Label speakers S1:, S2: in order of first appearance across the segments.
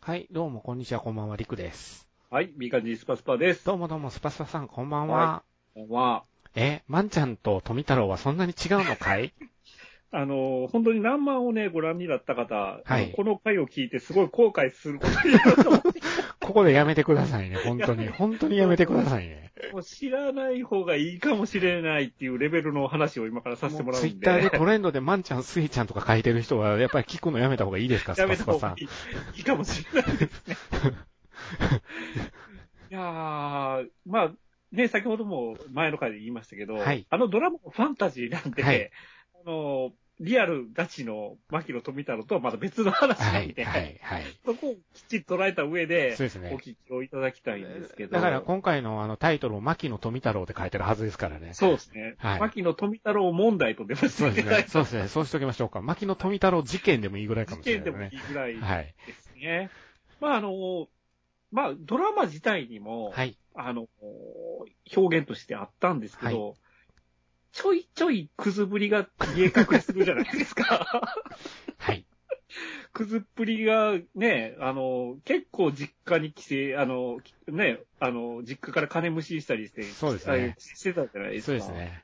S1: はい、どうも、こんにちは、こんばんは、りくです。
S2: はい、みかじスパスパです。
S1: どうもどうも、スパスパさん、こんばんは。
S2: はこんばんは。
S1: え、まんちゃんと富太郎はそんなに違うのかい
S2: あの、本当に何万をね、ご覧になった方、
S1: はい
S2: この回を聞いてすごい後悔することになると思う
S1: ここでやめてくださいね、本当に。本当にやめてくださいね。
S2: もう知らない方がいいかもしれないっていうレベルの話を今からさせてもらう
S1: ツイ
S2: ん
S1: ッ
S2: で。
S1: ターでトレンドでまんちゃん、スイちゃんとか書いてる人は、やっぱり聞くのやめた方がいいですか、ス
S2: や
S1: パ
S2: め
S1: ス
S2: た
S1: パ
S2: 方
S1: さん
S2: がい。いいいかもしれないですね。いやー、まあ、ね、先ほども前の回で言いましたけど、
S1: はい
S2: あのドラマもファンタジーなんで、
S1: はい
S2: あの、リアルガチの牧野富太郎と はまた別の話
S1: は
S2: なん
S1: い、
S2: で、
S1: はい、はい。
S2: そこをきっちり捉えた上で
S1: そう、です
S2: お
S1: ね。
S2: 聞きをいただきたいんですけど。
S1: だから今回のあのタイトルを牧野富太郎って書いてるはずですからね。
S2: そうですね。
S1: はい
S2: 牧野富太郎問題と出まし
S1: そう
S2: た
S1: で
S2: ね。
S1: すね。そうですね。そうしときましょうか。牧野富太郎事件でもいいぐらいか
S2: 事
S1: もしれ
S2: 件
S1: な
S2: で
S1: い
S2: もい
S1: ね。
S2: いぐらいで
S1: はい。
S2: すね。まあ、あの、まあ、ドラマ自体にも、
S1: はい。
S2: あの、表現としてあったんですけど、ちょいちょいくずぶりが見え隠れするじゃないですか。
S1: はい。
S2: くずっぷりがね、あの、結構実家に帰省、あの、ね、あの、実家から金無視したりして、
S1: そうですね
S2: あしてたじゃないですか。
S1: そうですね。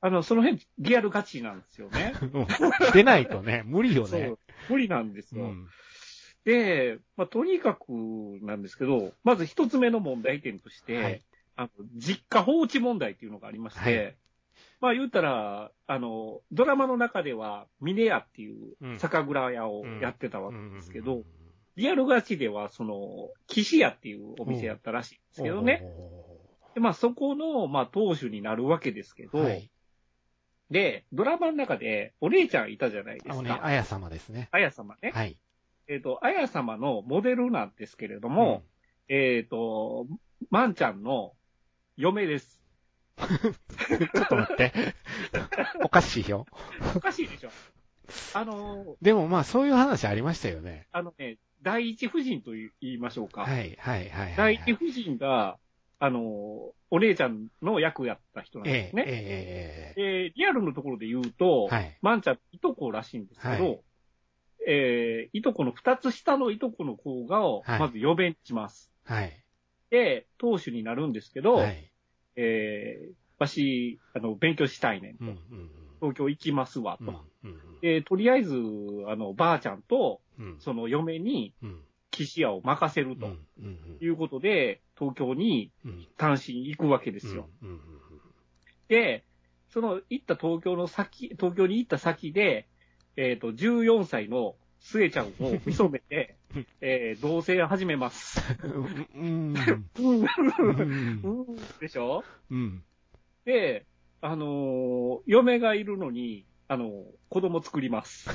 S2: あの、その辺、リアルガチなんです よね。
S1: うん出ないとね、無理よ
S2: そ
S1: ね
S2: う。。無理なんです
S1: う
S2: よ。
S1: ん。
S2: で、まあ、とにかくなんですけど、まず一つ目の問題点として、
S1: はい
S2: あの実家放置問題っていうのがありまして、
S1: はい
S2: まあ言うたら、あの、ドラマの中では、ミネ屋っていう
S1: うん
S2: 酒蔵屋をやってたわけですけど、
S1: うん
S2: リアルガチでは、その、岸屋っていうお店やったらしいんですけどね。。でまあそこの、まあ当主になるわけですけ
S1: お
S2: ど、
S1: ーはい。
S2: で、ドラマの中でお姉ちゃんいたじゃないで
S1: あ
S2: す
S1: のね、
S2: か。
S1: あや様ですね。
S2: あや様ね。
S1: はい。
S2: えっ、と、あや様のモデルなんですけれども、えっ、と、まんちゃんの嫁です。
S1: うん、ちょっと待って。おかしいよ。
S2: おかしいでしょ。 あの、
S1: でもまあ、そういう話ありましたよね。
S2: あのね、第一夫人と言い言いましょうか。
S1: はい、はい、はい。は
S2: 第
S1: い
S2: 一夫人が、あの、お姉ちゃんの役やった人なん
S1: え
S2: で
S1: ええ
S2: す、ね。
S1: え、ええ
S2: でリアルのところで言うと、
S1: はい。
S2: まんちゃん、いとこらしいんですけど、
S1: はい
S2: えーいとこの二つ下のいとこの子が、
S1: はい
S2: まず嫁にします。
S1: はい。
S2: で、当主になるんですけど、
S1: はい。
S2: えーわし、あの、勉強したいねんと。
S1: うん、うん
S2: 東京行きますわ、
S1: う
S2: と。
S1: ん。うん、うん
S2: で、とりあえず、あの、ばあちゃんと、
S1: うん。
S2: その嫁に、
S1: うん。
S2: 岸屋を任せる
S1: うん、う
S2: と
S1: んうん
S2: いうことで、東京に
S1: うん。
S2: 単身行くわけですよ。
S1: うん。うん
S2: で、その行った東京の先、東京に行った先で、えっ、と、14歳の末ちゃんを見初めて、えー同棲を始めます。
S1: うん。
S2: うん、
S1: うん。
S2: でしょ
S1: うん。
S2: で、あのー嫁がいるのに、あのー子供作 ります。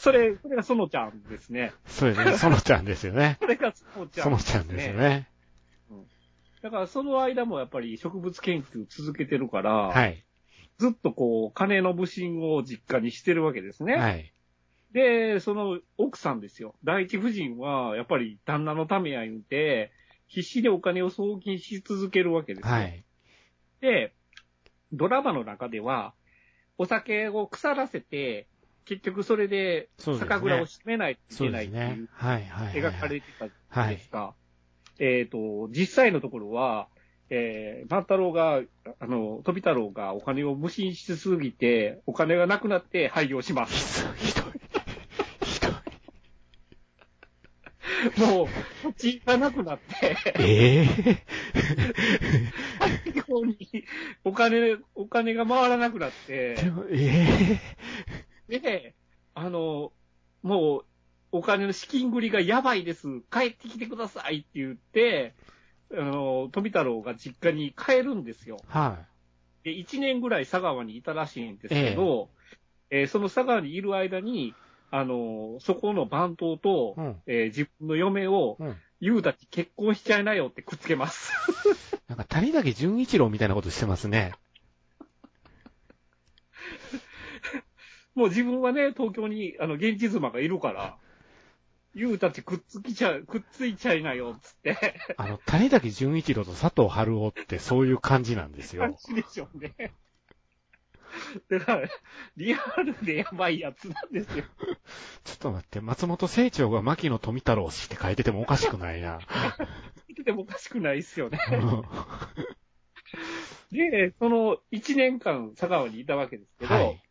S2: それ、それが園ちゃんですね。
S1: そうですね。そのちゃんですよね。
S2: それが園ちゃ
S1: そ
S2: ん
S1: のちゃんですよね。
S2: だからその間もやっぱり植物研究続けてるから、
S1: はい。
S2: ずっとこう、金の無心を実家にしてるわけですね。
S1: はい。
S2: で、その奥さんですよ。第一夫人は、やっぱり旦那のためや言うて、必死でお金を送金し続けるわけですよ。
S1: はい。
S2: で、ドラマの中では、お酒を腐らせて、結局それで
S1: そうですね
S2: 酒蔵を閉めないとい
S1: そ
S2: け
S1: う
S2: な
S1: で
S2: いっ
S1: す
S2: てい
S1: ね
S2: う。
S1: はい。はい。
S2: 描かれてたじゃ
S1: は
S2: ない
S1: い
S2: です。か。えっ、と、実際のところは、えー、万太郎が、あの、飛太郎がお金を無心しすぎて、お金がなくなって廃業します。
S1: ひどい。ひどい。
S2: もう、土地がなくなって、
S1: ええ
S2: 非常にお金、お金が回らなくなって、
S1: でも、え
S2: で、あの、もう、お金の資金繰りがやばいです。帰ってきてくださいって言って、あの、富太郎が実家に帰るんですよ
S1: え。は
S2: で、1年ぐらい佐川にいたらしいんですけど、えーその佐川にいる間に、あの、そこの番頭と
S1: い。、うん。
S2: えー自分の嫁を、
S1: うん。
S2: ゆうたち結婚しちゃいなよってくっつけます。
S1: なんか、谷崎潤一郎みたいなことしてます ね。
S2: もう自分はね、東京に、あの、現地妻がいるから、ゆうたちくっつきちゃ、くっついちゃいなよ、つって。
S1: あの、谷崎潤 一郎と佐藤春夫ってそういう感じなんです
S2: 感
S1: よ。
S2: じでしょうね。だから、リアルでやばいやつなんですよ。
S1: ちょっと待って、松本清張が牧野富太郎氏って書いててもおかしくない な。
S2: 見ててもおかしくないっすよね。
S1: うん
S2: で、その1年間佐川にいたわけですけど、
S1: はい。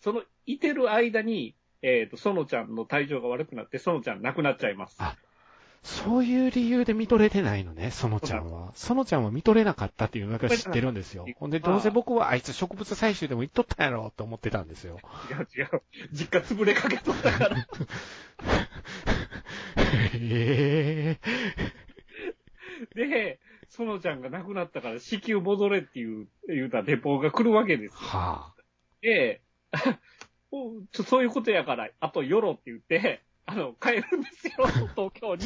S2: そのいてる間に、えっ、と、園ちゃんの体調が悪くなって、園ちゃん亡くなっちゃいます。
S1: あそういう理由で見とれてないのね、そのちゃんは。そのちゃんは見とれなかったっていうのが知ってるんですよ。ほんで、どうせ僕はあいつ植物採集でも行っとったんやろと思ってたんですよ。
S2: 違う違う。実家潰れかけとったから。
S1: へえ
S2: で、園ちゃんが亡くなったから、子宮戻れっていう、言うたレポーが来るわけです。
S1: は
S2: で、 おちょそういうことやから、あとよろって言って、あの、帰るんですよ、東京に。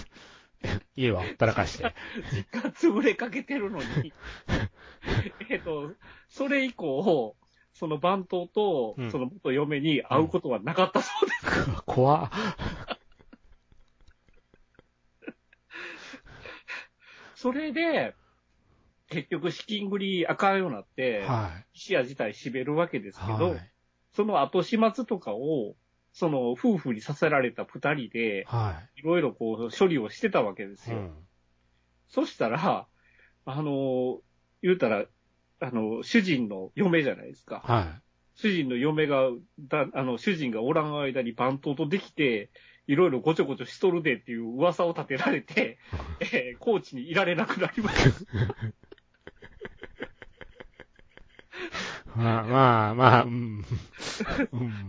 S1: あ。家はほったらかして。
S2: 実家潰れかけてる のに。えっと、それ以降、その番頭と
S1: うん、
S2: その元嫁に会うことはなかったそうです。
S1: 怖っ
S2: それで、結局資金繰りあかんようになって、
S1: は
S2: 視野自体閉めるわけです
S1: い。
S2: けど、
S1: はい。
S2: その後始末とかを、その夫婦にさせられた二人で、
S1: はい
S2: ろいろこう処理をしてたわけです
S1: い。う
S2: よ。
S1: ん。
S2: そしたら、あの、言うたら、あの、主人の嫁じゃないですか。
S1: は
S2: 主人の嫁が、だあの、主人がおらん間に番頭とできて、いろいろごちょごちょしとるでっていう噂を立てら れて、えー、高知にいられなくなります。
S1: い。まあまあまあ、 うん。うん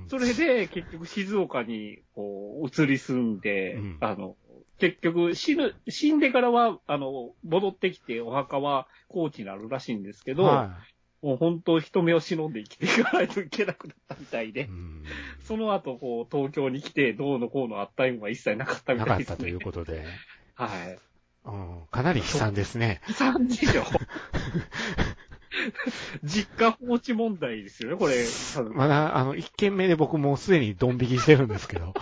S2: それで、結局静岡に、こう、移り住んで、
S1: うん
S2: あの、結局死ぬ、死んでからは、あの、戻ってきてお墓は高知になるらしいんですけど、
S1: は
S2: もう本当人目を忍んで生きていかないといけなくなったみたい
S1: い。
S2: で
S1: う、ん
S2: その後、こう、東京に来て、どうのこうのあったいもは一切なかったみ
S1: な
S2: た
S1: か
S2: い
S1: っ
S2: です、ね。
S1: たということで、
S2: はい。
S1: うん、かなり悲惨ですね。
S2: 悲惨でしょ。 実家放置問題ですよね、これ。多分
S1: まだ、あの、一件目で僕もうすでにドン引きしてるんですけど。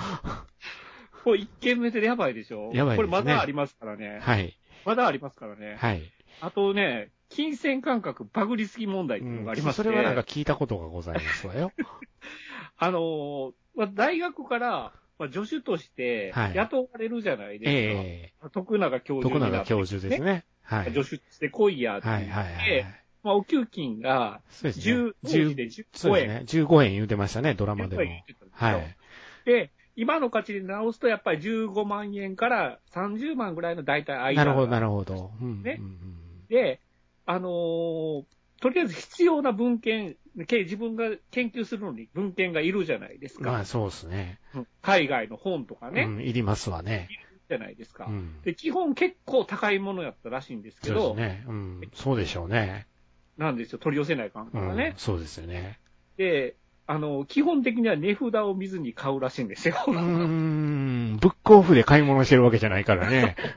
S2: これ1件目でやばいでしょ
S1: やばいですね
S2: これまだありますからね。
S1: はい。
S2: まだありますからね。
S1: はい。
S2: あとね、金銭感覚バグりすぎ問題っていうのがありまして、
S1: それはなんか聞いたことがございますわ よ。
S2: あのーまあ、大学から、まあ、助手として
S1: はい
S2: 雇われるじゃないですか。
S1: え
S2: 徳永教
S1: え
S2: 授
S1: 徳
S2: にな
S1: 永
S2: って、
S1: 教授ですね。はい。
S2: 助手として来いやって言っ
S1: はい
S2: て、
S1: はいはい。
S2: まあ、お給金が
S1: そうですね
S2: 10。、当時で15円。
S1: そうですね。15円言うてましたね、ドラマで
S2: 15
S1: も
S2: 円。言ってたんですよ。
S1: はい。
S2: で、今の価値で直すと、やっぱり15万円から30万ぐらいの大体間
S1: なるほど、な
S2: る
S1: るほど。うん。
S2: ね
S1: うんうん
S2: で、あのーとりあえず必要な文献、け自分が研究するのに文献がいるじゃないですか。
S1: まあ、そうですね。
S2: うん海外の本とかね、
S1: うん、いりますわね。
S2: じゃないですか、
S1: うん。
S2: で。基本結構高いものやったらしいんですけ
S1: そうで
S2: ど、
S1: すね。うん。そうでしょうね。
S2: なんですよ、取り寄せない感
S1: う
S2: 覚が
S1: ん
S2: ね。。
S1: そうですよね。
S2: で、あのー基本的には値札を見ずに買うらしいんですよ。
S1: うーん、ブックオフで買い物してるわけじゃないから ね。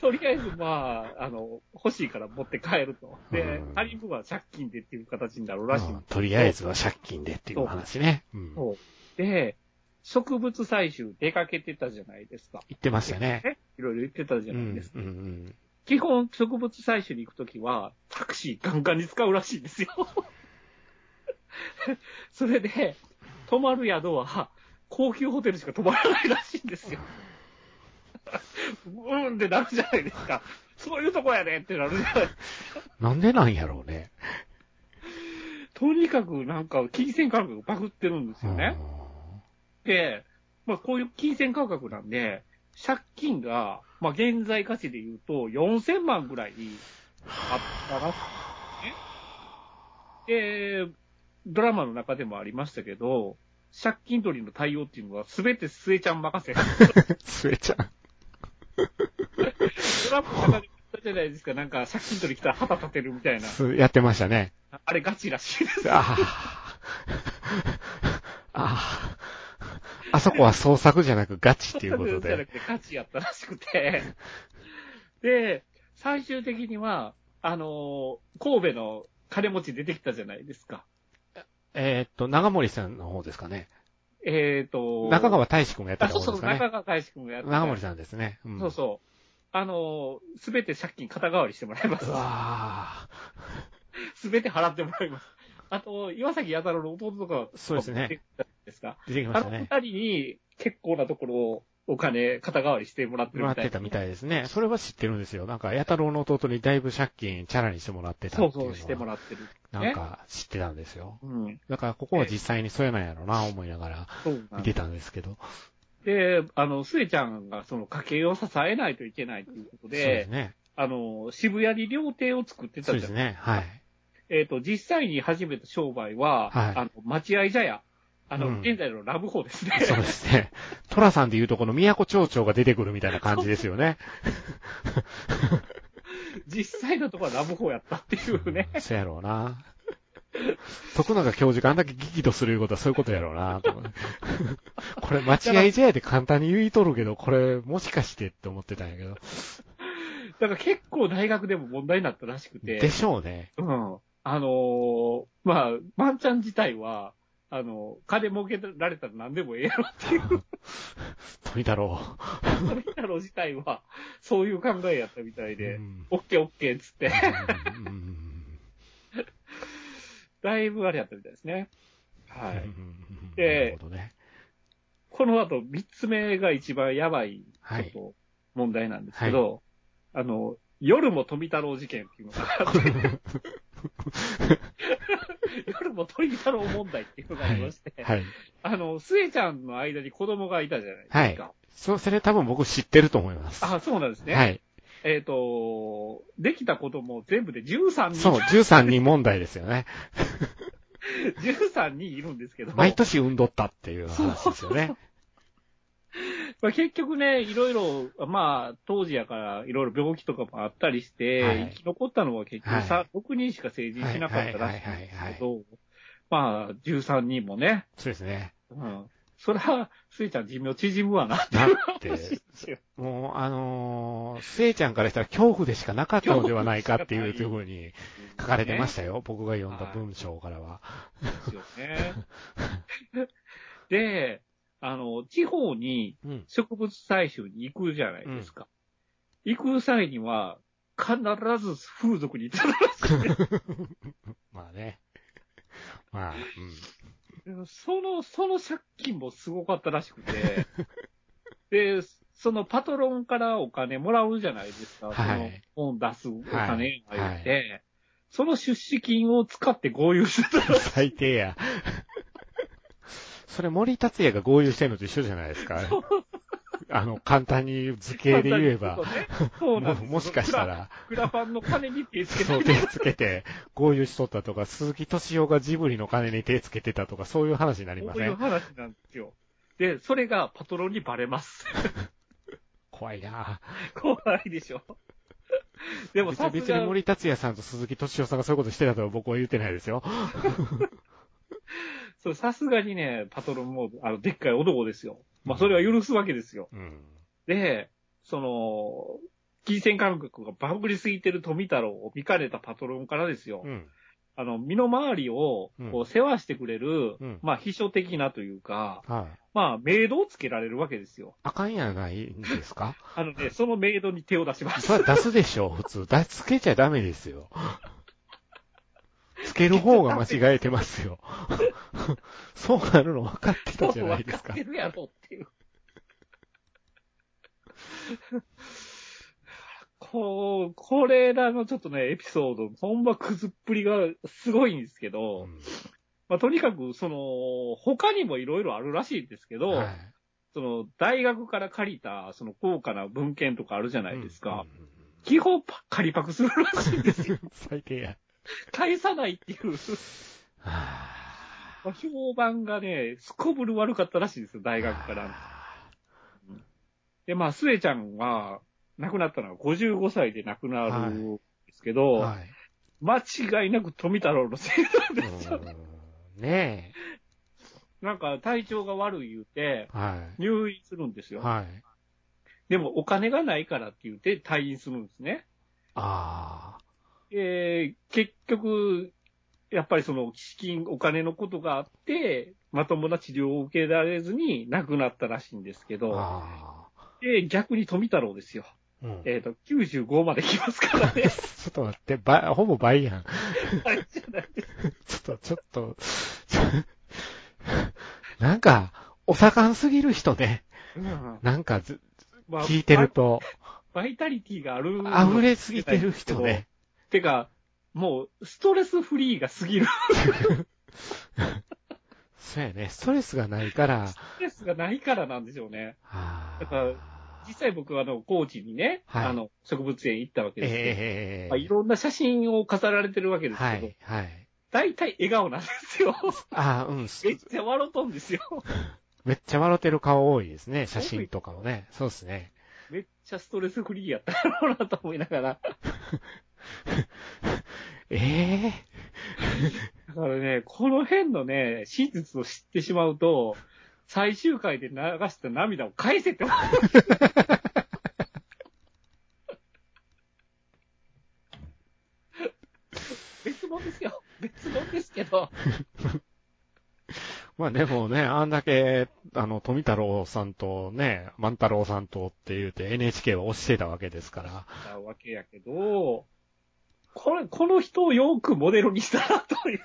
S2: とりあえず、まあ、あの、欲しいから持って帰ると。で
S1: うん、
S2: 借りるは借金でっていう形になるらしい
S1: うん。とりあえずは借金でっていう話ね。うん。
S2: そうで、植物採集出かけてたじゃないですか。
S1: 言ってましたね。
S2: ねいろいろ言ってたじ
S1: う
S2: ゃ
S1: ん
S2: ないですか。
S1: うんうん
S2: 基本、植物採集に行くときは、タクシーガンガンに使うらしいんですよ。 それで、泊まる宿は、高級ホテルしか泊まらないらしいんですよ。うんってなるじゃないですか。そういうとこやねってなるじゃない
S1: なんでなんやろうね。
S2: とにかくなんか、金銭感覚バグってるんですよね。で、まあこういう金銭感覚なんで、借金が、まあ現在価値で言うと4000万ぐらいあったらしいんですね。で、ドラマの中でもありましたけど、借金取りの対応っていうのは全て末ちゃん任せ。
S1: うん。すえちゃん。
S2: ドラマの中でもあったじゃないですか、なんか借金取り来たら旗立てるみたいな。
S1: すやってましたね。
S2: あれガチらしいです。
S1: ああ。ああ。あそこは創作じゃなくガチっていうこと
S2: じゃな
S1: で。
S2: くて価値やったらしくて。で、最終的には、あのー神戸の金持ち出てきたじゃないですか。
S1: えーっと、長森さんの方ですかね。
S2: えっ、と、
S1: 中川大志くんがやって
S2: あ、
S1: た
S2: そう
S1: 方
S2: そ
S1: で
S2: う、
S1: すかね。
S2: 中川大志くんがやってた
S1: 長森さんですね。うん
S2: そうそう。あのー、すべて借金肩代わりしてもらいます
S1: う。わあ。
S2: すべて払ってもらいます。あと、岩崎弥太郎の弟とか、
S1: そうですね。
S2: ですか。
S1: 出てきま
S2: あ
S1: し
S2: の
S1: た
S2: 二
S1: ね。
S2: 人に結構なところをお金、肩代わりしてもらってる
S1: もら
S2: み
S1: ったて
S2: い
S1: た
S2: な。
S1: みたいですね。それは知ってるんですよ。なんか、弥太郎の弟にだいぶ借金、チャラにしてもらってたってい
S2: そうう
S1: のは
S2: そう、してもらってる。
S1: なんか、知ってたんですよ。
S2: うん。
S1: だから、ここは実際にそうやなんやろな、思いながら
S2: そうな
S1: 見
S2: んで
S1: てたんですけど。
S2: で、あの、スエちゃんがその家計を支えないといけないということ
S1: そうで
S2: で、
S1: すね。
S2: あの、渋谷に料亭を作ってた
S1: そうで
S2: じゃ
S1: す
S2: ん。
S1: ね。はい。
S2: えっ、と、実際に始めた商売は、
S1: はい
S2: あの、待合茶屋。あの、
S1: うん
S2: 現在のラブホですね。
S1: そうですね。 トラさんで言うとこの都町長が出てくるみたいな感じですよね。
S2: 実際のところはラブホやったっていうね。
S1: うんそうやろうな。徳永教授があんだけ激怒するいうことはそういうことやろう なと思って。これ、待合茶屋で簡単に言いとるけど、これ、もしかしてって思ってたんやけど。
S2: だから結構大学でも問題になったらしくて。
S1: でしょう ね。
S2: うん。あのーまあ、ワンちゃん自体は、あの、金儲けられたら何でもええやろっていう、
S1: 富太郎。
S2: 富太郎自体は、そういう考えやったみたいで
S1: う、ん
S2: オッケーオッケーっつって、
S1: うんうん
S2: だいぶあれやったみたいですね。は
S1: う
S2: い。
S1: ん
S2: で
S1: なるほどね。
S2: この後、三つ目が一番やばい、ちょ
S1: は
S2: っ
S1: い。
S2: と、問題なんですけど、あの、夜も富太郎事件っていうのがあって、夜も富太郎問題っていうのがありまして、
S1: はい。
S2: あの、スエちゃんの間に子供がいたじゃないですか。
S1: そ、それ多分僕知ってると思います。
S2: あ、そうなんですね。
S1: はい。
S2: えっ、と、できたことも全部で13人、
S1: そう、13人問題ですよね。
S2: 13人いるんですけど、
S1: 毎年産んどったっていう話ですよね。
S2: まあ、結局ね、いろいろ、まあ、当時やから、いろいろ病気とかもあったりして、
S1: はい
S2: 生き残ったのは結局さ、
S1: は
S2: 6人しか成人しなかったらしいんですけど、まあ、13人もね、
S1: そうですね。
S2: うん。そりゃ、スイちゃん寿命縮むわな、
S1: だって、
S2: 話ですよ。
S1: もう、あのー、せいちゃんからしたら恐怖でしかなかったのではないかっていうというふうに書かれてましたよ。僕が読んだ文章からは。
S2: ですよね。で、あの、地方に
S1: うん。
S2: 植物採集に行くじゃないですか。行く際には、必ず風俗に行ったらしいで
S1: まあね。まあ、うん。
S2: す。その、その借金もすごかったらし くて、で、そのパトロンからお金もらうじゃないですか。
S1: はい
S2: その本出すお金が言って、
S1: は
S2: その出資金を使って合流してたらしい。
S1: 最低や。それ森達也が合流してるのと一緒じゃないですか。あの、簡単に図形で言えば、
S2: そうな
S1: も
S2: んですよ
S1: もしかした。ら、
S2: クラファンの金に手つけて
S1: そう、手つけて、合流しとったとか、鈴木敏夫がジブリの金に手つけてたとか、そういう話になりま
S2: こう
S1: せ
S2: いうん話なんですよ。で、それがパトロンにバレます。
S1: 怖いなぁ
S2: 怖いでしょ。でも
S1: 別に
S2: さす
S1: 別に
S2: が、
S1: 森達也さんと鈴木敏夫さんがそういうことしてたとは僕は言ってないですよ。
S2: そうさすがにね、パトロンも、あの、でっかい男ですよ。まあ、それは許すわけですよ。
S1: うん。
S2: で、その、金銭感覚がバグりすぎてる富太郎を見かねたパトロンからですよ。
S1: うん。
S2: あの、身の回りを、
S1: う
S2: こう、世話してくれる、
S1: うん
S2: まあ、秘書的なというか、
S1: はい。
S2: まあ、メイドをつけられるわけですよ。
S1: あかんやないんですか
S2: あの ね、そのメイドに手を出します。
S1: それは出すでしょう、普通。出しつけちゃダメですよ。つける方が間違えてます よ。そうなるの分かってたじゃないですか
S2: もう分。ってるやろっていう。 こう、これらのちょっとね、エピソード、ほんまくずっぷりがすごいんですけど、まあ、とにかく、その、他にもいろいろあるらしいんですけ
S1: う
S2: ど、
S1: んはい
S2: その、大学から借りた、その、高価な文献とかあるじゃないですか。
S1: うんうんうん
S2: 基本パ、借りパクするらしいんですよ。
S1: 最低や。
S2: 返さないっていう、まあ評判がね、すこぶる悪かったらしいんですよ、大学からの。で、まあ、スエちゃんは、亡くなったのは55歳で亡くなるんですけど、
S1: はい。
S2: 間違いなく富太郎のせいなんですよ。
S1: うんね
S2: なんか、体調が悪い言うて、
S1: え。はい。
S2: 入院するんですよ。
S1: はい。
S2: でも、お金がないからって言って退院するんですね。
S1: あ
S2: えー、結局、やっぱりその資金、お金のことがあって、まともな治療を受けられずに亡くなったらしいんですけ
S1: ー
S2: ど、
S1: あ
S2: で、逆に富太郎ですよ。
S1: ー。うん。ちょ
S2: えっ、と、95まで来ますからね。
S1: っと待って、ば、ほぼ倍やん。
S2: はいじゃないです。
S1: ちょっと、ちょっと、ちょなんか、お盛んすぎる人ね。
S2: うん
S1: なんかず、
S2: まあ
S1: 聞いてると、
S2: バイタリティがある。
S1: 溢れすぎてる人ね。
S2: てか、もう、ストレスフリーが過ぎる。
S1: そうやね。ストレスがないから、
S2: ストレスがないからなんでしょうね。
S1: あー
S2: だから実際僕はあの、高知にね、
S1: はい
S2: あの、植物園行ったわけですけど、
S1: ええ
S2: まあ、いろんな写真を飾られてるわけですけど、
S1: はい、はい。
S2: 大体笑顔なんですよ。
S1: ああ、うん。
S2: めっちゃ笑うとんですよ。
S1: めっちゃ笑ってる顔多いですね。写真とかもね。そうですね。
S2: めっちゃストレスフリーやったろうなと思いながら。
S1: ええ
S2: だからね、この辺のね、真実を知ってしまうと、最終回で流した涙を返せって 思う。別物ですよ。別物ですけど。
S1: まあでもね、あんだけ、あの、富太郎さんとね、万太郎さんとって言うて NHK は推してたわけですから。
S2: なわけやけど、これ、この人をよくモデルにしたなという、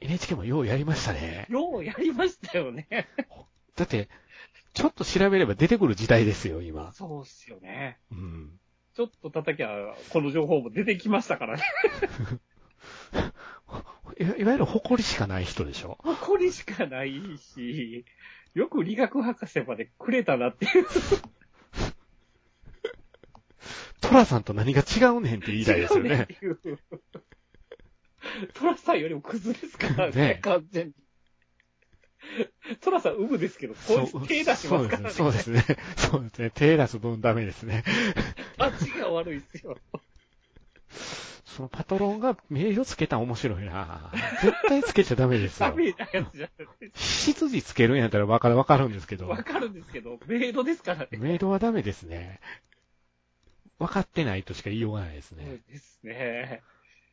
S1: NHK もようやりましたね。
S2: ようやりましたよね。
S1: だって、ちょっと調べれば出てくる時代ですよ、今。
S2: そうっすよね。
S1: うん。
S2: ちょっと叩きゃ、この情報も出てきましたからね。
S1: いわいわゆる誇りしかない人でしょ。
S2: 誇りしかないし、よく理学博士までくれたなっていう。
S1: トラさんと何が違うねんって言いたいですよね。
S2: 違うねっていう。 トラさんよりもクズですからね、
S1: ね
S2: 完全に。トラさん、ウブですけど、こ
S1: そう
S2: いつ手出しますからね。
S1: そうですね。そうですね。そうですね。手出す分ダメですね。
S2: あっちが悪いですよ。
S1: そのパトロンが名誉つけたら面白い な絶対つけちゃダメです
S2: ダ
S1: よ。
S2: メなやつじゃない。
S1: 執事つけるんやったらわかる、わかるんですけど
S2: わ、かるんですけど、メイドですからね。
S1: メイドはダメですね。わかってないとしか言いようがないです
S2: そう
S1: ね。
S2: ですね。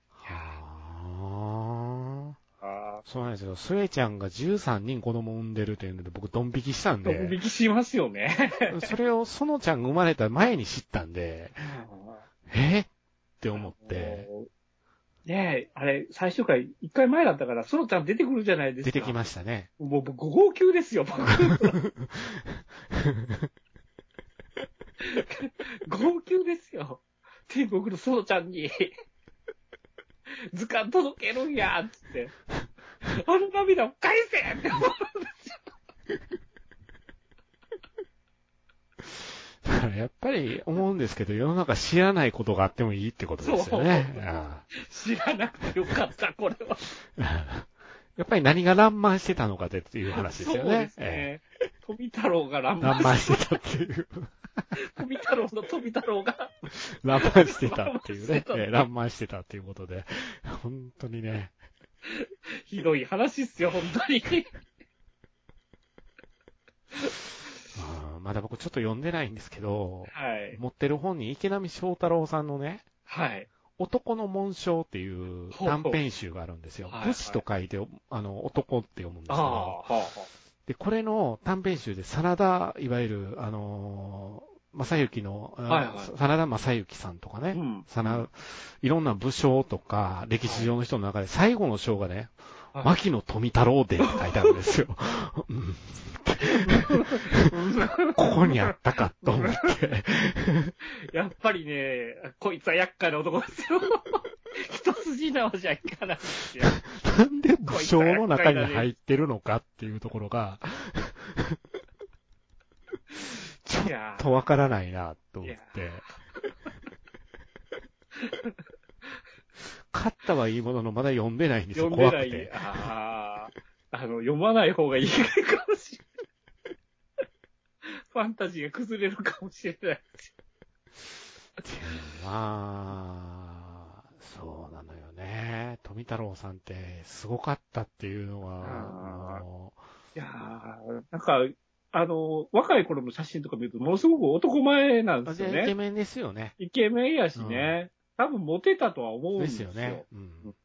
S1: はあ。
S2: あ
S1: そうなんですよ。スエちゃんが13人子供産んでるというので僕ドン引きしたん
S2: ードン
S1: で、
S2: 引きしますよね。
S1: それを園ちゃんが生まれた前に知ったんで、 えって思って、
S2: ねえ、あれ、最終回、一回前だったから、ソロちゃん出てくるじゃないですか。
S1: 出てきましたね。
S2: もう、僕ご号泣ですよ、僕。号泣ですよ。天国のソロちゃんに、図鑑届けるんや、つって。あの涙を返せって思う
S1: だから やっぱり思うんですけど、世の中知らないことがあってもいいってことですよね。
S2: そう
S1: あ
S2: 知らなくてよかった、これは。
S1: あ やっぱり何が乱漫してたのかでっていう話ですよね。
S2: そうです
S1: え
S2: ね。富太郎が乱
S1: え乱
S2: 漫
S1: 漫してたっていう。
S2: 富太郎の富太郎が、
S1: 乱漫してたって いうね。え
S2: 乱漫してた
S1: え乱漫してたっていうことで。本当にね。
S2: ひどい話っすよ、本当に。
S1: うんまだ僕ちょっと読んでないんですけど、
S2: はい。
S1: 持ってる本に池波正太郎さんのね、
S2: はい。
S1: 男の紋章っていう
S2: ほうほう
S1: 短編集があるんですよ
S2: はい。はい
S1: 武士と書いて、あの、男って読むんですけ
S2: あ
S1: ど
S2: あ、、はあ、は
S1: で、これの短編集で、真田、いわゆる、あのー正幸の、あ
S2: はいはい
S1: 真田正幸さんとか
S2: あ。
S1: ね、
S2: ん
S1: 真田、いろんな武将とか、歴史上の人の中で最後の章がね、
S2: はい
S1: 牧野富太郎伝って書いてあるん ですよ。うんここにあったかと 思って。
S2: やっぱりね、こいつは厄介な男ですよ。 一筋縄じゃいかないですよ。
S1: なんで武将の中に入ってるのかっていうところが、ちょ
S2: いや
S1: っとわからないな、と思っ
S2: い
S1: て。勝ったはいいものの、まだ読んでないんですよ、
S2: 読ん
S1: 怖
S2: で
S1: く
S2: ない
S1: て。。
S2: ああ。あの、読まない方がいいかもしれない。 ファンタジーが崩れるかもしれない。
S1: まあ、そうなのよね。富太郎さんって、すごかったっていうのは、
S2: あー
S1: も
S2: いやーなんか、あの、若い頃の写真とか見ると、ものすごく男前なん
S1: う、
S2: ですよ
S1: イケ
S2: ね。
S1: メンですよね。
S2: イケメンやしね。多分モテたとは思うん
S1: で
S2: です
S1: す
S2: よ
S1: よ。ね。うん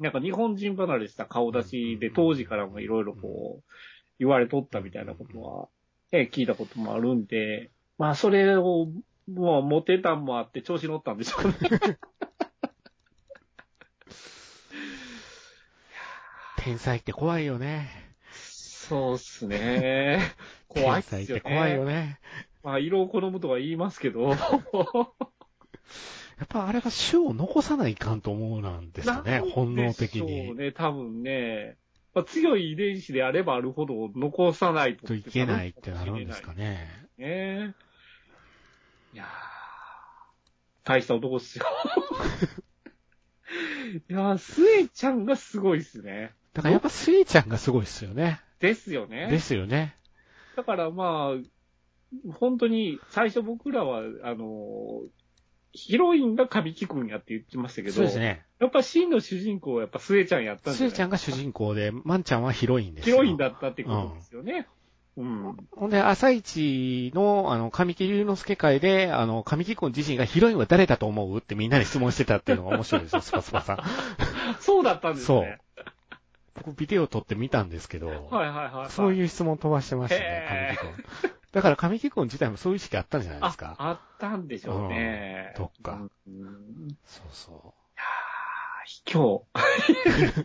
S2: なんか日本人離れした顔出しで、当時からもいろいろこう、言われとったみたいなことは、え聞いたこともあるんで、まあそれを、もうモテたんもあって調子乗ったんでしょうね。
S1: 天才って怖いよね。
S2: そうっす ね。怖いっす
S1: 天
S2: よ
S1: 才
S2: ね。
S1: って怖いよね。
S2: まあ、色を好むとは言いますけど。
S1: やっぱあれが種を残さないかんと思うなんですかね、本能的
S2: そ
S1: に
S2: う。ね、多分ね。まあ、強い遺伝子であればあるほど残さない
S1: といけないってなるんですかね。
S2: ね。いやー、大した男っ すよ。いやー、スエちゃんがすごいっすね。
S1: だからやっぱスイちゃんがすごいっすよね。
S2: ですよね。
S1: ですよね。
S2: だからまあ、本当に最初僕らは、あの、ヒロインが神木くんやって言ってましたけど、
S1: そうですね。
S2: やっぱ真の主人公はやっぱスエちゃんやったんじ
S1: ス
S2: ゃ
S1: イ
S2: ない
S1: ちゃんが主人公で、マンちゃんはヒロインです
S2: ヒ
S1: よ。
S2: ロインだったってことですよね。うん。
S1: ほんで、朝一の、あの、神木隆之介会で、あの、神木君自身がヒロインは誰だと思うってみんなに質問してたっていうのが面白い ですよ、スパスパさん。
S2: そうだったんですね。
S1: 僕、ビデオ撮ってみたんですけど、
S2: はいはいはい、はい。
S1: そう
S2: う
S1: いう質問飛ばしてましたね
S2: へ、
S1: 神木君。だから神木君自体もそういう意識あったんじゃないです
S2: あ
S1: か。
S2: あったんでしょうね。
S1: うんどっか
S2: うん
S1: そうそ
S2: 今 日。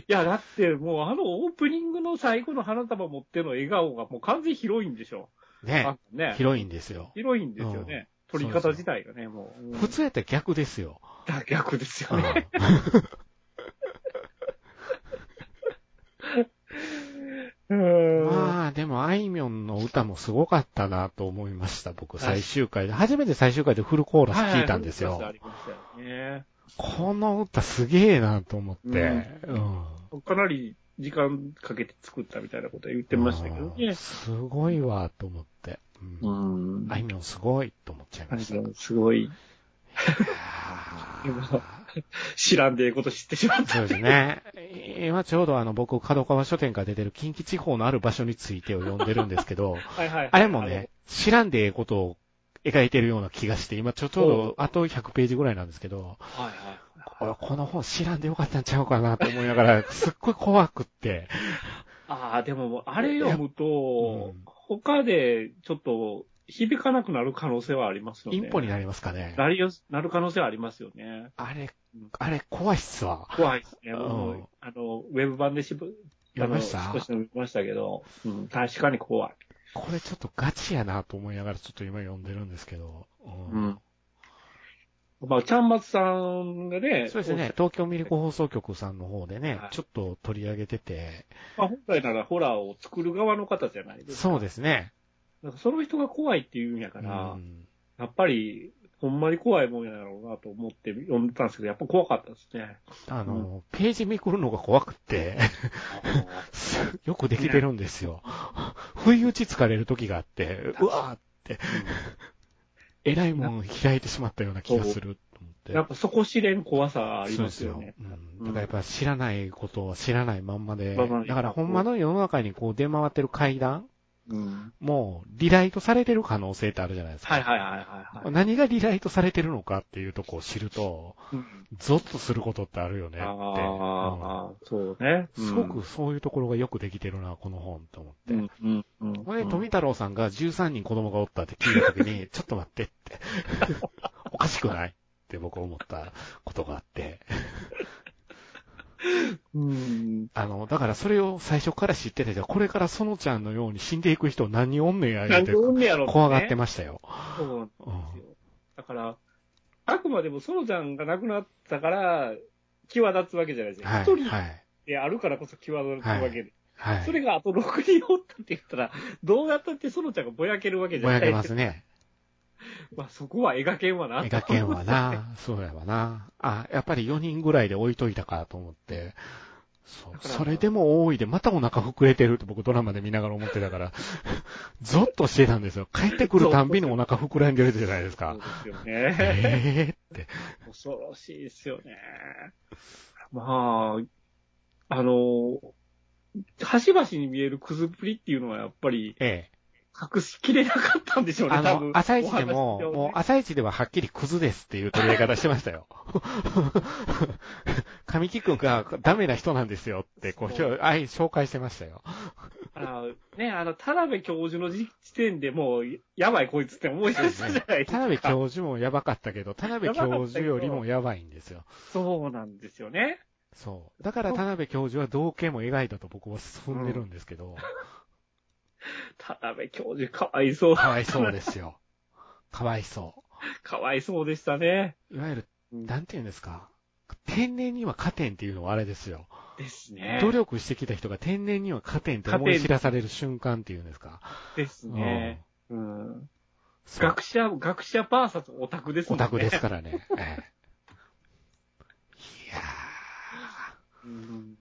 S2: いや、だってもうあのオープニングの最後の花束持っての笑顔がもう完全に広いんでしょ。
S1: う。ね
S2: あ、ね
S1: ヒ。ロインですよ。
S2: 広いんですよね。
S1: うん
S2: 撮り方自体がね、もう。
S1: 普通やったら逆ですよ。
S2: だ逆です
S1: う
S2: よ
S1: ん
S2: ね。 うん
S1: まあ、でも、あいみょんの歌もすごかったなと思いました、僕、最終回で。初めて最終回でフルコーラス聞いたんですよ。
S2: はいはいありましたよね。
S1: この歌すげえなと思って。うん。
S2: かなり時間かけて作ったみたいなことは言ってましたけど
S1: うん
S2: ね。
S1: すごいわと思って。うん。
S2: ん
S1: あいみょんすごいと思っちゃいました。い
S2: すごい、
S1: やー
S2: 知らんでええこと知ってしま った。
S1: そうですね。今ちょうどあの僕、角川書店から出てる近畿地方のある場所についてを読んでるんですけど、
S2: はい はいはい
S1: あれもね、知らんでええことを描いてるような気がして、今ちょちょうどあと100ページぐらいなんですけど、
S2: はいはい。
S1: ここの本知らんでよかったんちゃうかなと思いなが ら、すっごい怖くって。
S2: ああ、でも、あれ読む
S1: う
S2: と
S1: ん、
S2: 他でちょっと響かなくなる可能性はありますよね。
S1: インポになりますかね。
S2: なりよなる可能性はありますよね。
S1: あれ、あれ怖いっすわ。
S2: 怖いですね。
S1: うん
S2: もうあの、ウェブ版でしぶ、
S1: 読みました
S2: あの少し見ましたけど、うん、確かに怖い。
S1: これちょっとガチやなと思いながらちょっと今読んでるんですけど。うん
S2: まあ、ちゃんまつさんがね、
S1: そうですね。。東京ミルク放送局さんの方でね
S2: は、い
S1: ちょっと取り上げてて、
S2: まあ、本来ならホラーを作る側の方じゃないですか。
S1: そうですね。
S2: なんかその人が怖いって言うんや
S1: う
S2: から、
S1: ん、
S2: やっぱり、ほんまに怖いもんやろうなと思って読んでたんですけど、やっぱ怖かったですね。
S1: あの、ページめくるのが怖くって、 よくできてるんですよ。不意打ち疲れる時があって、うわーって、えらいもん開いてしまったような気がすると思って。
S2: やっぱそこ知れん怖さありますよね。
S1: そうですよ。うん。だからやっぱ知らないことは知らないまんまで、
S2: まんまで
S1: だからほんまの世の中にこう出回ってる階段
S2: うん
S1: もリライトされてる可能性ってあるじゃないですか。
S2: はいはいはいはい、はい
S1: 何がリライトされてるのかっていうとこを知ると、
S2: うん。
S1: ゾッとすることってあるよねって。うん
S2: ああ、そうね。
S1: すごくそういうところがよくできてるな、この本と思って。
S2: うん、うん、うん。
S1: これ、富太郎さんが13人子供がおったって聞いたとき に、ちょっと待ってって。 おかしくないって僕思ったことがあって。
S2: うん。
S1: あの、だからそれを最初から知ってて、じゃあこれからそのちゃんのように死んでいく人何人おんねんや言
S2: な
S1: うんて
S2: でおんねやろうね
S1: 怖がってましたよ。
S2: そうなんで
S1: うん
S2: すよ。だから、あくまでも園ちゃんが亡くなったから、際立つわけじゃないです
S1: は
S2: か。
S1: い。
S2: 一、
S1: は
S2: 人
S1: い。
S2: であるからこそ際立つわけで。
S1: はい。
S2: それがあと6人おったって言ったら、どうやったって園ちゃんがぼやけるわけじゃ
S1: ぼや
S2: ない
S1: け
S2: ですか。
S1: ますね。
S2: まあそこは描けんわな。
S1: 絵がけんはな、そうやわな。あ、やっぱり4人ぐらいで置いといたかと思って。そう
S2: だから
S1: それでも多いで、またお腹膨れてるって僕ドラマで見ながら思ってたから、 ゾッとしてたんですよ。帰ってくるたんびにお腹膨らんでるじゃないです
S2: そ
S1: か
S2: う。ですよね。
S1: ええって。
S2: 恐ろしいですよね。まあ、あの、端々に見えるくずっぷりっていうのはやっぱり
S1: ええ。
S2: 隠しきれなかったんでしょうね、
S1: あ
S2: 多
S1: の
S2: 分。、
S1: 朝一でも、
S2: お話し
S1: もう朝一でははっきりクズですっていう取り上げ方してましたよ。 神木くんがダメな人なんですよって、こう、ひ
S2: そ
S1: ょあい紹介してましたよ。
S2: あの、ね、あの、田辺教授の時点でもう、やばいこいつって思い出したじゃないで す
S1: 田
S2: か。
S1: 辺教授もやばかったけど、田辺教授よりもやばいんですよ。
S2: そうなんですよね。
S1: そう。だから田辺教授は同型も描いたと僕は進んでるんですけど、
S2: 田辺教授かわいそう。
S1: かわいそうですよ。かわいそ
S2: かわいそうでしたね。
S1: う。いわゆる、
S2: うん
S1: なんて言うんですか。天然には加点っていうのはあれですよ。
S2: ですね。
S1: 努力してきた人が天然には加点って思い知らされる瞬間っていうんですか。
S2: ですね。うん。
S1: そう
S2: 学者、学者パーサスオタクですも
S1: オ
S2: んね。
S1: タクですからね。 ええいや
S2: うん。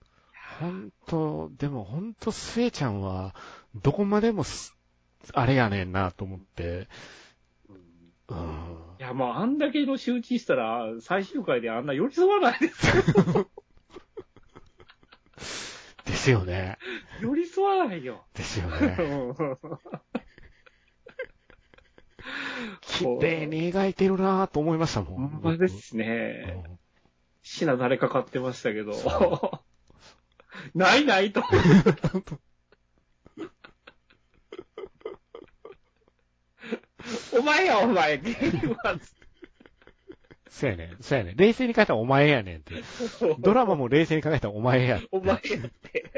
S1: ー、本当でも本当スエちゃんは、どこまでもす、あれやねんなと思って、うん。
S2: いや、もうあんだけの周知したら、最終回であんな寄り添わないです。
S1: ですよね。
S2: 寄り添わないよ。
S1: ですよ
S2: う
S1: ね。
S2: ん
S1: 綺麗に描いてるなぁと思いましたも
S2: ほ
S1: ん。
S2: んまで
S1: 僕。
S2: すね。
S1: うん
S2: 死なだれかかってましたけど
S1: そ。
S2: ないない と。お前や、お前、ゲームは。
S1: そうやねん。そうやねん。冷静に考えたらお前やねんっ て。ドラマも冷静に考えたらお前や。
S2: お前やって。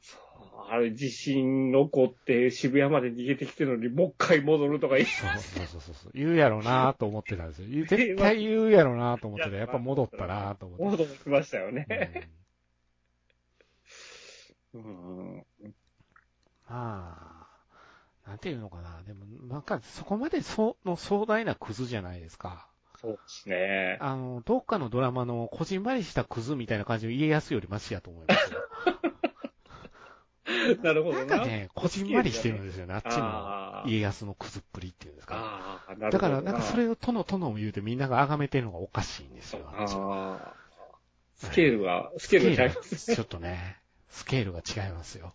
S2: そう、あれ、地震起こって渋谷まで逃げてきてるのに、もう一回戻るとか言い
S1: そうそうそうそうそう。言うやろうなぁと思ってたんですよ。言う絶対言うやろうなぁと思ってた。やっぱ戻ったなぁと思って。
S2: 戻ってきましたよ
S1: う
S2: ね。
S1: ん
S2: うん。
S1: まあ、なんていうのかな。でも、なんか、そこまでその壮大なクズじゃないですか。
S2: そうですね。
S1: あの、どっかのドラマの、こじんまりしたクズみたいな感じの家康よりマシやと思いますよ。
S2: なるほ
S1: な
S2: ど
S1: ん
S2: な。
S1: かね、こじんまりしてるんですよね、あっちの
S2: ああ
S1: 家康のクズっぷりっていうんですか。
S2: ああ、な
S1: だ
S2: るほど。
S1: から、なんかそ。れを殿殿を言うてみんなが崇めてるのがおかしいんですよ。
S2: ああ。スケールが、スケールが違いますね。
S1: ちょっとね、スケールが違いますよ。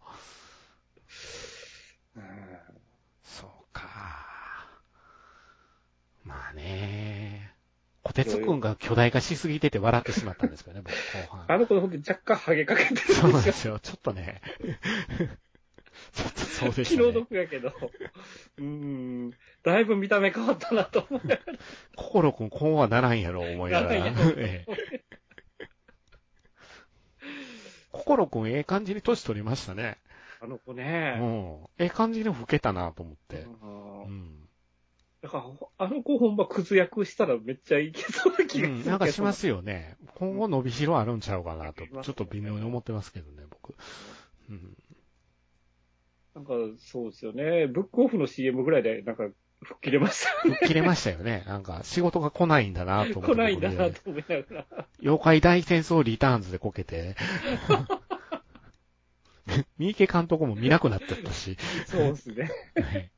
S1: そうか。まあね。小鉄くんが巨大化しすぎてて笑ってしまったんですけどね、僕後
S2: あ
S1: 半。
S2: の子ほんと若干ハゲかけてるんです
S1: そう
S2: よ。
S1: なんですよ。ちょっとね。 ちょっとそうでし
S2: 気
S1: た
S2: の
S1: ね。
S2: 毒やけど、うーん、だいぶ見た目変わったなと思って。
S1: 心くんこうはならんやろ、思いながら。
S2: ならんやろ
S1: ええ心くんええ感じに年取りましたね。
S2: あの子
S1: う
S2: ね、
S1: ん。ええ感じに老けたなと思っ
S2: う
S1: て。
S2: ん
S1: うん。
S2: だから、あの子ほんまクズ役したらめっちゃいけそうな気
S1: う
S2: がするけ
S1: ん、
S2: ど。
S1: なんかしますよね。今後伸びしろあるんちゃうかなと
S2: あり、ます
S1: ちょっと微妙に思ってますけどね、僕。うん。
S2: なんかそうですよね、ブックオフの CM ぐらいでなんか吹っ切れ ましたよね。
S1: 切れましたよ ね。なんか、仕事が来ないんだなと思って。
S2: 来ないんだなと思いながら。
S1: 妖怪大戦争リターンズでこけて。 三池監督も見なくなっちゃった し。
S2: そうです ね。
S1: はい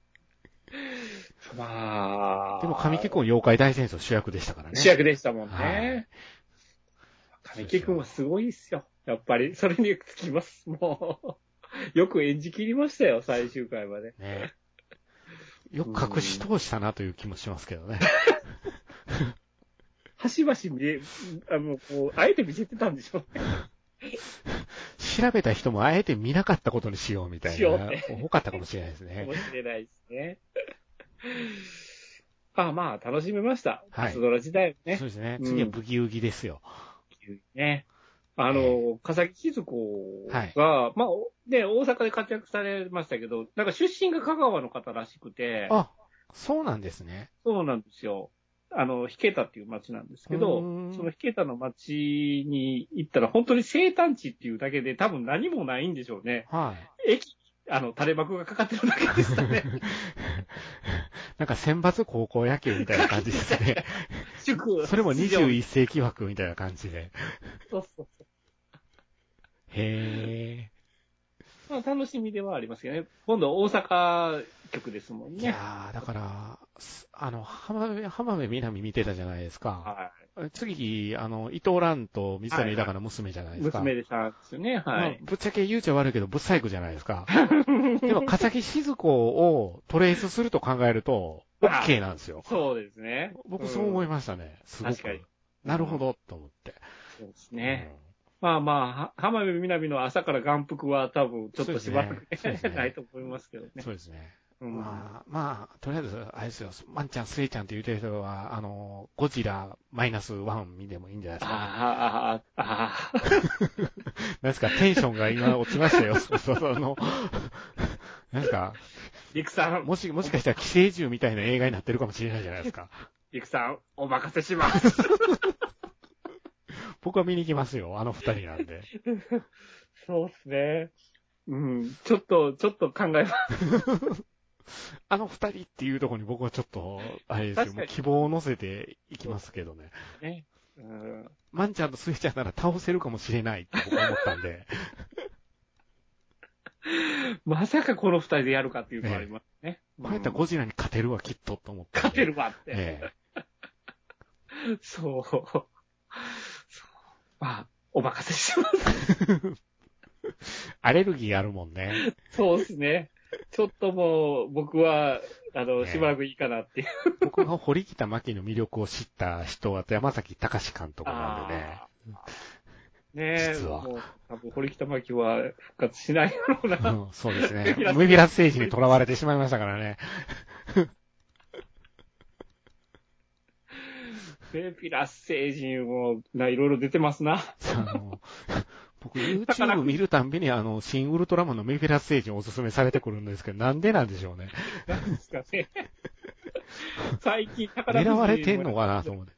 S2: まあ。
S1: でも、神木君妖怪大戦争主役でしたからね。
S2: 主役でしたもん
S1: はい
S2: ね。神木君はすごいっすよ。やっぱり、それに尽きます。もう、よく演じ切りましたよ、最終回まで。
S1: ね。よく隠し通したなという気もしますけどね。
S2: 端々見え、あの、こう、あえて見せてたんでしょうね。
S1: 調べた人もあえて見なかったことにしようみたい
S2: しようっ
S1: な
S2: て。
S1: 多かったかもしれないですね
S2: かも。しれないですね。まあまあ、楽しめました。
S1: はい
S2: パズドラ時代もね
S1: そ。うですね。
S2: うん
S1: 次はブギウギですよ。
S2: ね。あ
S1: え
S2: の、笠木静子が、まあ、おね、大阪で活躍されましたけど、なんか出身が香川の方らしくて、
S1: あ、そうなんですね。
S2: そうなんですよ。あの、ヒケタっていう町なんですけど、
S1: うーん
S2: そのヒケタの町に行ったら、本当に生誕地っていうだけで、多分何もないんでしょうね。
S1: はい。
S2: 駅、あの、垂れ幕がかかってるだけでした ね。
S1: なんか選抜高校野球みたいな感じです ね。
S2: 祝
S1: それも
S2: 位。
S1: 21世紀枠みたいな感じで。
S2: そうそうそう
S1: へ
S2: まあ、楽しみではありますよね。今度大阪局ですもん
S1: ー。い
S2: ね。
S1: やー、だから、すあの、浜辺、浜辺美波見てたじゃないですか。
S2: は
S1: 次、あの、伊藤蘭と水谷豊の娘じゃない
S2: い。
S1: ですか。
S2: 娘でさんですよね。はい。
S1: まあぶっちゃけ言うちゃ悪いけど、ぶっ細工じゃないですか。 でも、笠木静子をトレースすると考えると、
S2: あ
S1: OK なんですよ。
S2: そうですね。
S1: 僕そう思い
S2: ま
S1: ましたね。すごく。
S2: 確かに
S1: なるほど、と思って。
S2: す。そうですね。まあまあは、浜辺美波の朝から眼福は多分、ちょっとしばらく、
S1: そうですねそうですね
S2: ないと思いますけど
S1: うん。
S2: ね。
S1: そうですね。
S2: うん
S1: まあ、まあ、とりあえず、あれですよ、ワンちゃん、スエちゃんって言ってる人は、あの、ゴジラマイナスワン見てもいいんじゃないですか。
S2: ああ、ああ、
S1: なんですか、テンションが今落ちま したよ。そうそうそう、あの、なんですか、
S2: リクさん、
S1: もし、もしかしたら寄生獣みたいな映画になってるかもしれないじゃないですか。
S2: リクさん、お任せし ます。
S1: 僕は見に行きますよ、あの二人なん で。
S2: そうっすね。うん、ちょっと、ちょっと考えます。
S1: あの二人っていうところに僕はちょっと、あれですよ、
S2: 確か
S1: もう
S2: に
S1: 希望を乗せていきますけどね。
S2: ね。うん。
S1: マンちゃんとスエちゃんなら倒せるかもしれないって僕は思ったんで。
S2: まさかこの二人でやるかっていうのがありますね。
S1: こうやったらゴジラに勝てるわ、きっと、と思って。
S2: 勝てるわって。
S1: ええ。
S2: そう。そうまあ、お任せし ます。
S1: アレルギーあるもんね。
S2: そうですね。ちょっともう、僕は、あの、
S1: ね
S2: しばらくいいかなっていう。
S1: 僕が堀北真希の魅力を知った人は、あと山崎隆監督なんでね。
S2: ねえ、
S1: 実は
S2: もう、多分堀北真希は復活しないやろうな。
S1: うん、そうです ね。ムビラス政治に囚われてしまいましたからね。
S2: ねピラス星人も、な、いろいろ出てますな。
S1: あの僕、YouTube 見るたんびに、あの、新ウルトラマンのメフィラス星人をおすすめされてくるんですけど、なんでなんでしょうね。
S2: なんですか ね。最近、宝くじ
S1: 狙われてんのかなと思って。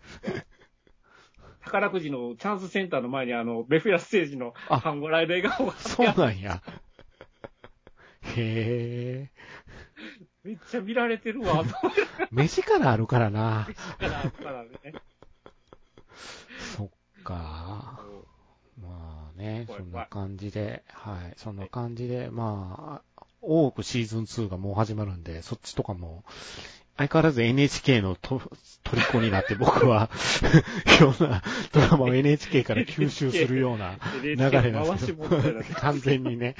S2: 宝くじのチャンスセンターの前に、あの、ベフィラステージの
S1: あ
S2: 半笑いの笑顔が、
S1: そうなんや。へ
S2: めっちゃ見られてるわ、と思
S1: え。目力あるから な。
S2: ったら、からね。
S1: そっか。まあね、
S2: 怖い
S1: そんな感じで、はい、そんな感じで、まあ、多くシーズン2がもう始まるんで、そっちとかも、相変わらず NHK のと、虜にな って僕は、いろんなドラマを NHK から吸収するような流れ
S2: NHK
S1: な
S2: の
S1: んで
S2: 回
S1: すけ
S2: し
S1: ど
S2: 物みたいになっ て、
S1: 完全にね、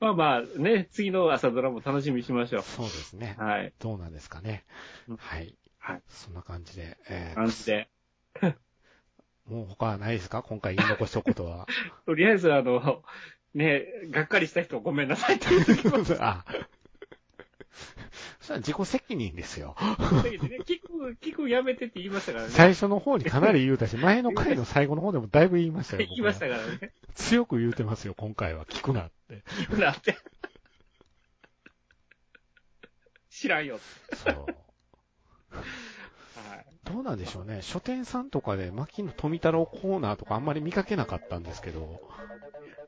S2: まあまあ、ね、次の朝ドラも楽しみにしましょ
S1: そうですね
S2: う。、はい。
S1: どうなんですかね
S2: うん。
S1: はい。
S2: はい
S1: そんな感じで、え
S2: 感じで。
S1: ー、もう他はないですか今回言い残したことは。
S2: とりあえず、あの、ね、がっかりした人ごめんなさいって言ってきます。
S1: あ、それは自己責任ですよ。
S2: だけど ね、聞く、聞くやめてって言いましたからね。
S1: 最初の方にかなり言うたし、前の回の最後の方でもだいぶ言いましたよ。
S2: 言いました
S1: 僕
S2: からね。
S1: は強く言うてますよ、今回は。聞くなって。
S2: 聞くなって。知らんよって。
S1: そう。
S2: はい。
S1: どうなんでしょうね。書店さんとかで、牧野富太郎コーナーとかあんまり見かけなかったんですけど、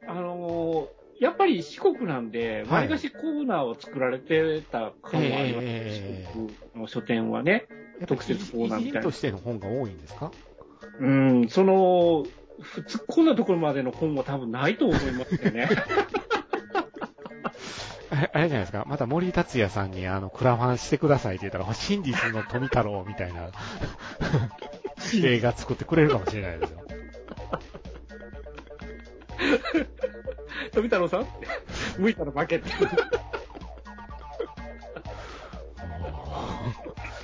S2: あのーやっぱり四国なんで、
S1: はい
S2: 割り菓子コーナーを作られてた感はありますね、
S1: ええ
S2: 四国の書店はね。
S1: やっぱり
S2: 特設コーナーみたいな
S1: 偉人としての本が多いんですか
S2: うん、その、ふ突っ込んだところまでの本は多分ないと思いますよ ね。
S1: あれあれじゃないですか。また森達也さんにあの、クラファンしてくださいって言ったら、真実の富太郎みたい な映画作ってくれるかもしれないですよ。
S2: 富太郎さんって、向いたら負けって。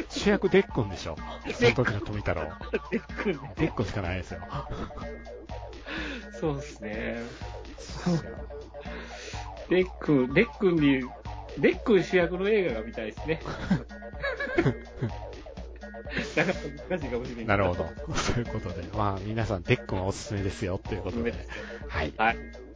S1: 主役デックンでしょ。その時の富太郎。デックンしかないですよ。
S2: そうですね。デックン、デックンに、デックン主役の映画が見たいです ね。なかなか難しいかもしれない。
S1: なるほど。そういうことで、まあ皆さんデックンはおすすめですよということで。はい。
S2: はい。